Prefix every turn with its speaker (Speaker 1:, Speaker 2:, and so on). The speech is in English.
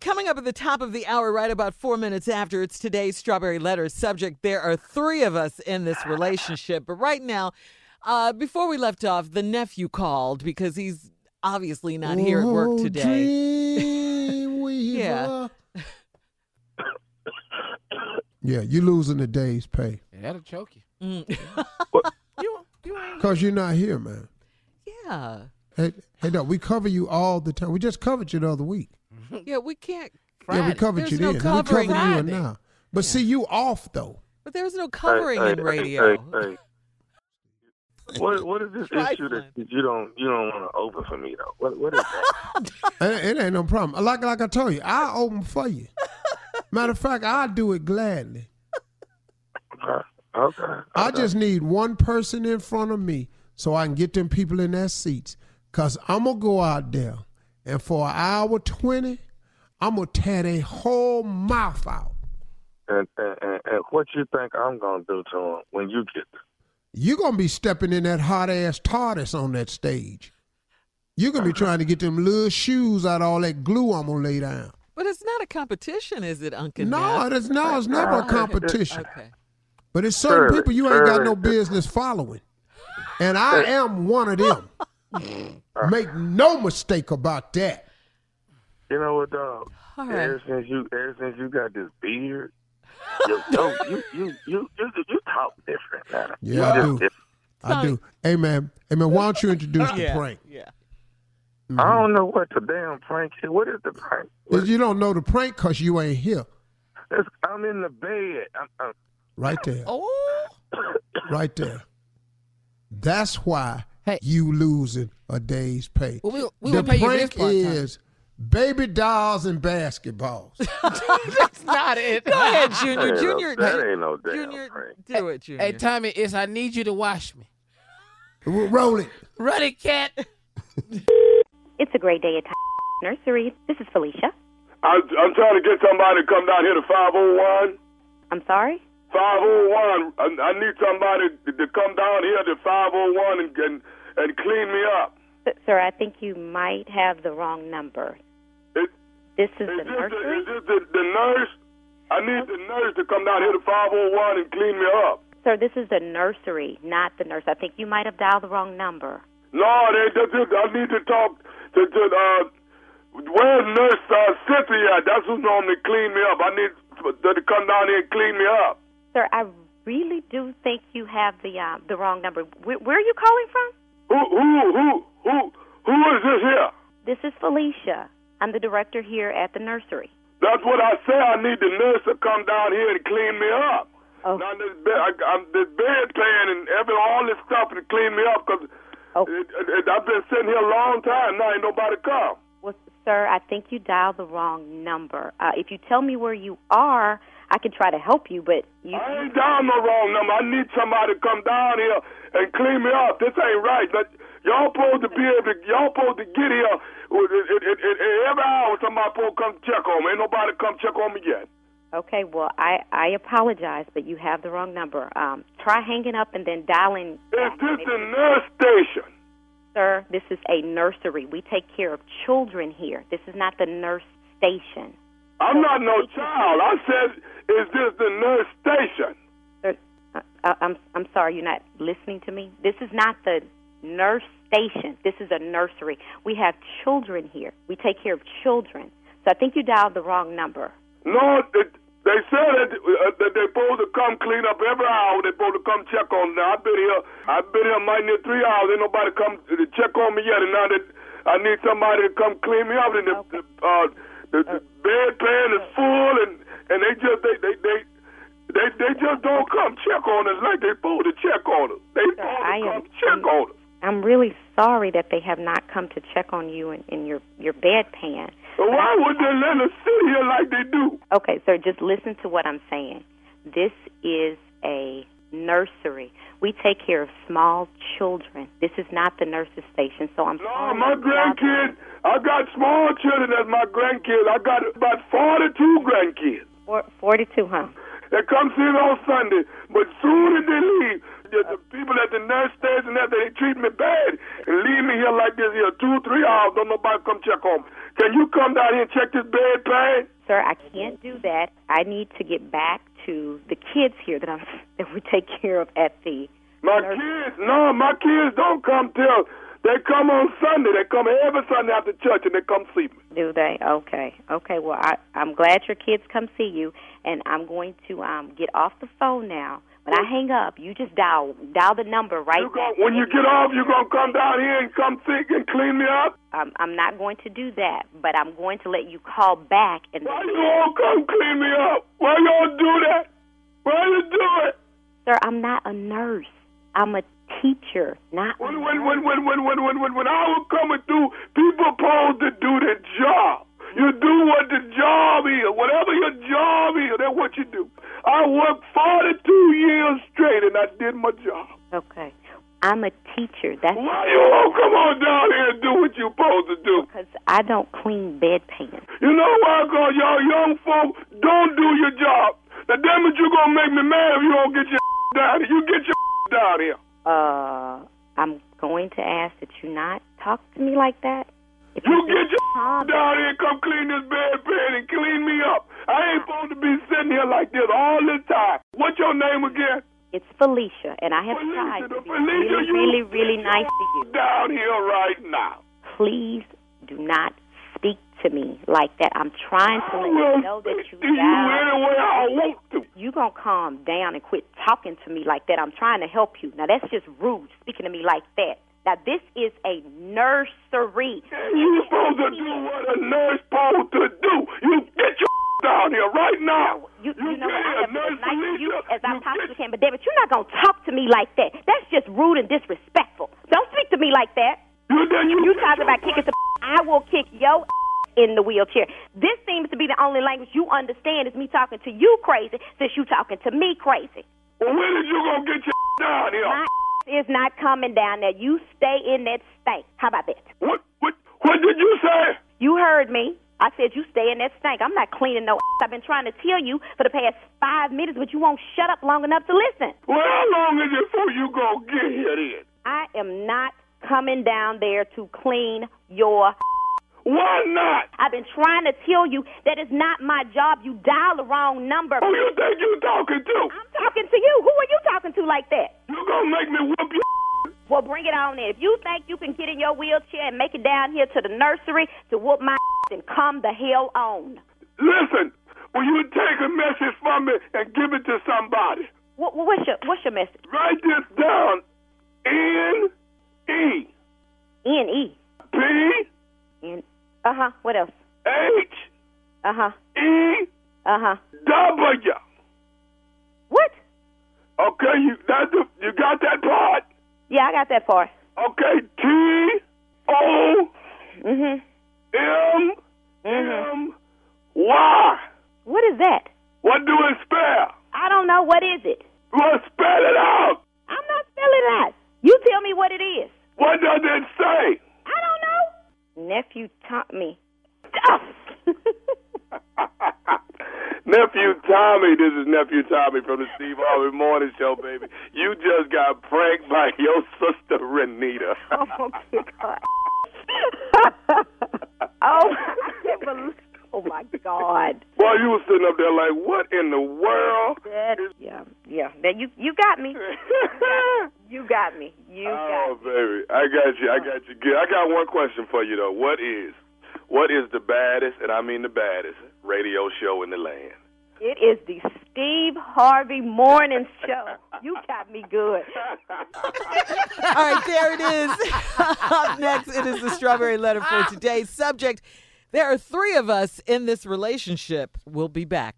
Speaker 1: Coming up at the top of the hour, right about four minutes after, it's today's Strawberry Letters subject. There are three of us in this relationship. But right now, uh, before we left off, the nephew called because he's obviously not here at work
Speaker 2: Oh,
Speaker 1: today.
Speaker 2: Dreamweaver.
Speaker 1: Yeah.
Speaker 2: yeah, you losing a day's pay
Speaker 3: That'll choke you.
Speaker 1: Mm.
Speaker 3: You, you ain't.
Speaker 2: because you're not here, man.
Speaker 1: yeah.
Speaker 2: Hey, hey, no, we cover you all the time. We just covered you the other week.
Speaker 1: Yeah, we can't.
Speaker 2: Yeah, we
Speaker 3: Friday.
Speaker 2: covered
Speaker 1: There's
Speaker 2: you
Speaker 1: no
Speaker 2: then.
Speaker 1: covering.
Speaker 2: We covered you
Speaker 3: Friday.
Speaker 2: now. But see, you off though.
Speaker 1: But there's no covering
Speaker 4: Hey,
Speaker 1: in
Speaker 4: hey,
Speaker 1: radio.
Speaker 4: hey, hey, hey. What what is this
Speaker 1: Try
Speaker 4: issue that
Speaker 1: one.
Speaker 4: you don't you don't want to open for me though? What what is that?
Speaker 2: It, it ain't no problem. Like like I told you, I open for you. Matter of fact, I do it gladly.
Speaker 4: okay. okay.
Speaker 2: I just need one person in front of me so I can get them people in their seats. Cause I'm gonna go out there and for an hour twenty, I'm gonna tear their whole mouth out.
Speaker 4: and, and, and, and what you think I'm gonna do to him when you get there?
Speaker 2: You're gonna be stepping in that hot ass TARDIS on that stage. You're gonna be trying to get them little shoes out of all that glue I'm gonna lay down.
Speaker 1: But it's not a competition, is it, Uncle
Speaker 2: No,
Speaker 1: Nat?
Speaker 2: it's no, it's never a competition.
Speaker 1: Okay.
Speaker 2: But it's certain
Speaker 4: Sure,
Speaker 2: people you ain't got
Speaker 4: sure.
Speaker 2: no business following. And I am one of them. Make no mistake about that.
Speaker 4: You know what, dog?
Speaker 1: All right.
Speaker 4: Ever since you ever since you got this beard, you yo, you, you you you you talk different now. You
Speaker 2: Yeah, I
Speaker 4: just
Speaker 2: do.
Speaker 4: different.
Speaker 2: I do. Hey man, hey man, why don't you introduce the prank?
Speaker 1: Yeah.
Speaker 4: I don't know what the damn prank is. What is the prank? What,
Speaker 2: 'Cause Mm-hmm. you don't know the prank because you ain't here.
Speaker 4: it's, I'm in the bed. I'm, I'm,
Speaker 2: Right there.
Speaker 3: Oh.
Speaker 2: Right there. That's why
Speaker 3: Hey.
Speaker 2: you losing a day's pay.
Speaker 3: Well, we- we
Speaker 2: the
Speaker 3: gonna pay you this
Speaker 2: prank
Speaker 3: part, Tony.
Speaker 2: is baby dolls and basketballs.
Speaker 3: That's not it.
Speaker 1: Go ahead,
Speaker 4: that
Speaker 1: Junior.
Speaker 4: ain't no-
Speaker 1: Junior,
Speaker 4: that ain't no damn
Speaker 1: Junior,
Speaker 4: prank.
Speaker 1: do it, Junior.
Speaker 3: Hey, Tommy, it's I need you to wash me.
Speaker 2: Well, Roll it.
Speaker 3: Run it, cat.
Speaker 5: It's a great day at Tyler's Nursery. This is Felicia.
Speaker 6: I'm, I'm trying to get somebody to come down here to 501.
Speaker 5: I'm sorry.
Speaker 6: 501. I, I need somebody to, to come down here to 501 and, and and clean me up.
Speaker 5: S- sir, I think you might have the wrong number.
Speaker 6: Is,
Speaker 5: This
Speaker 6: is
Speaker 5: is
Speaker 6: this,
Speaker 5: the
Speaker 6: the,
Speaker 5: nursery.
Speaker 6: is this the, the nurse? I need the nurse to come down here to 501 and clean me up.
Speaker 5: Sir, this is the nursery, not the nurse. I think you might have dialed the wrong number.
Speaker 6: No, they, they, they, I need to talk to, to uh, where's nurse uh, Cynthia? That's who normally clean me up. I need to, to come down here and clean me up.
Speaker 5: Sir, I really do think you have the uh, the wrong number. Where, where are you calling from?
Speaker 6: Who, who, who, who, who is this here?
Speaker 5: This is Felicia. I'm the director here at the nursery.
Speaker 6: That's what I say. I need the nurse to come down here and clean me up.
Speaker 5: Oh.
Speaker 6: Now this bed, I, I'm this bedpan and every all this stuff to clean me up because
Speaker 5: Oh.
Speaker 6: I've been sitting here a long time. Now ain't nobody come.
Speaker 5: Well, sir, I think you dialed the wrong number. Uh, if you tell me where you are, I can try to help you, but you.
Speaker 6: I ain't down no wrong number. I need somebody to come down here and clean me up. This ain't right. But y'all supposed to be able to, y'all supposed to get here. with- it- it- it- it- Every hour somebody supposed to come check on me. Ain't nobody come check on me yet.
Speaker 5: Okay, well, I, I apologize, but you have the wrong number. Um, try hanging up and then dialing.
Speaker 6: Is
Speaker 5: back.
Speaker 6: this the nurse station?
Speaker 5: Sir, this is a nursery. We take care of children here. This is not the nurse station.
Speaker 6: I'm not no child. I said, is this the nurse station?
Speaker 5: Sir, I, I, I'm, I'm sorry, you're not listening to me. This is not the nurse station. This is a nursery. We have children here. We take care of children. So I think you dialed the wrong number.
Speaker 6: No, they, they said that, uh, that they're supposed to come clean up every hour. They're supposed to come check on me. I've been here, I've been here mighty near three hours. Ain't nobody come to check on me yet. And now that I need somebody to come clean me up. And the, the, uh, the, the bedpan is full, and, and they just they they they. They, they just don't come check on us like they supposed to check on us. They supposed
Speaker 5: I
Speaker 6: to
Speaker 5: am-
Speaker 6: come check on us.
Speaker 5: I'm really sorry that they have not come to check on you and, and your, your bedpan.
Speaker 6: So why would they let us sit here like they do?
Speaker 5: Okay, sir, just listen to what I'm saying. This is a nursery. We take care of small children. This is not the nurse's station, so I'm
Speaker 6: No,
Speaker 5: sorry
Speaker 6: my
Speaker 5: that you all-
Speaker 6: grandkids. I got small children as my grandkids. I got about 42 grandkids.
Speaker 5: Four- 42, huh?
Speaker 6: They come see me on Sunday, but soon as they leave, the, the people at the nurse station that they treat me bad and leave me here like this here two, three hours. Don't nobody come check on me. Can you come down here and check this bed, pain?
Speaker 5: Sir, I can't do that. I need to get back to the kids here that I'm that we take care of at the
Speaker 6: My kids, no, my kids don't come till they come on Sunday. They come every Sunday after church and they come see me.
Speaker 5: Do they? Okay. Okay. Well, I, I'm glad your kids come see you, and I'm going to um, get off the phone now. When I hang up, you just dial dial the number right
Speaker 6: You
Speaker 5: back.
Speaker 6: gon' when you get off, you gonna come down here and come see and clean me up.
Speaker 5: Um, I'm not going to do that, but I'm going to let you call back and.
Speaker 6: Why you all come clean me up? Why y'all do that? Why you do it?
Speaker 5: Sir, I'm not a nurse. I'm a teacher, not. a
Speaker 6: When when when when when when when when, when I was coming through, people supposed to do their job. You do what the job is, whatever your job is, that's what you do. I worked 42 years straight and I did my job.
Speaker 5: Okay. I'm a teacher. That's
Speaker 6: Why you all come on down here and do what you supposed to do?
Speaker 5: because I don't clean bedpans.
Speaker 6: You know why? Cause y'all young folk don't do your job. Now, damn it, you gonna make me mad if you don't get your down here. You get your down here.
Speaker 5: Uh, I'm going to ask that you not talk to me like that. If
Speaker 6: You
Speaker 5: just
Speaker 6: get your
Speaker 5: calm
Speaker 6: down here and come clean this bed, bed, and clean me up. I ain't supposed to be sitting here like this all this time. What's your name again?
Speaker 5: It's Felicia, and I have
Speaker 6: Felicia,
Speaker 5: tried to
Speaker 6: the
Speaker 5: be
Speaker 6: Felicia,
Speaker 5: really,
Speaker 6: you
Speaker 5: really, really nice to you.
Speaker 6: Down here right now.
Speaker 5: Please do not speak to me like that. I'm trying
Speaker 6: I
Speaker 5: to let you
Speaker 6: will
Speaker 5: know that
Speaker 6: speak to
Speaker 5: you
Speaker 6: you
Speaker 5: dialed.
Speaker 6: any way I want to.
Speaker 5: You gonna calm down and quit talking to me like that. I'm trying to help you. Now that's just rude speaking to me like that. Now this is a nursery.
Speaker 6: And you supposed to do what a nurse supposed to do. You get your down here right now.
Speaker 5: You, you, know
Speaker 6: get
Speaker 5: what? I
Speaker 6: here,
Speaker 5: have been
Speaker 6: nurse
Speaker 5: as nice to you
Speaker 6: Felicia.
Speaker 5: as I
Speaker 6: You
Speaker 5: possibly
Speaker 6: get-
Speaker 5: can, but David, you're not gonna talk to me like that. That's just rude and disrespectful. Don't speak to me like that.
Speaker 6: You then you.
Speaker 5: You
Speaker 6: get
Speaker 5: talking
Speaker 6: your
Speaker 5: about kicking some I will kick your in the wheelchair. This seems to be the only language you understand is me talking to you crazy since you talking to me crazy.
Speaker 6: Well, when is you gonna get your down here?
Speaker 5: My is not coming down there. You stay in that stank. How about that?
Speaker 6: What what what did you say?
Speaker 5: You heard me. I said you stay in that stank. I'm not cleaning no I've been trying to tell you for the past five minutes, but you won't shut up long enough to listen.
Speaker 6: Well, how long is it before you gonna get here then?
Speaker 5: I am not coming down there to clean your
Speaker 6: Why not?
Speaker 5: I've been trying to tell you that it's not my job. You dial the wrong number.
Speaker 6: Who you think you talking to?
Speaker 5: I'm talking to you. Who are you talking to like that?
Speaker 6: You gonna make me whoop your
Speaker 5: Well, bring it on in. If you think you can get in your wheelchair and make it down here to the nursery to whoop my and come the hell on.
Speaker 6: Listen, will you take a message from me and give it to somebody?
Speaker 5: What, what- what's your What's your message?
Speaker 6: Write this down. N E
Speaker 5: N E
Speaker 6: P
Speaker 5: N. Uh huh. What else?
Speaker 6: H
Speaker 5: Uh huh.
Speaker 6: E
Speaker 5: Uh huh.
Speaker 6: W.
Speaker 5: What?
Speaker 6: Okay, you that's the, you got that part?
Speaker 5: Yeah, I got that part.
Speaker 6: Okay, T O
Speaker 5: Mhm.
Speaker 6: M
Speaker 5: Mhm.
Speaker 6: M Y.
Speaker 5: What is that?
Speaker 6: What do it spell?
Speaker 5: I don't know. What is it?
Speaker 6: Well, spell it out.
Speaker 5: I'm not spelling it out. You tell me what it is.
Speaker 6: What does it say?
Speaker 5: I don't know. Nephew taught me. Oh.
Speaker 6: Nephew Tommy, this is Nephew Tommy from the Steve Harvey Morning Show, baby. You just got pranked by your sister Renita.
Speaker 5: Oh my god. oh, I can't believe. Oh my god.
Speaker 6: Boy, you was sitting up there like, what in the world?
Speaker 5: That, yeah, yeah. That you you got me. You got me. You
Speaker 6: oh,
Speaker 5: got me.
Speaker 6: baby, I got you. I got you. Good. I got one question for you though. What is, what is the baddest, and I mean the baddest radio show in the land?
Speaker 5: It is the Steve Harvey Morning Show. You got me good.
Speaker 1: All right, there it is. Up next, it is the strawberry letter for today's subject. There are three of us in this relationship. We'll be back.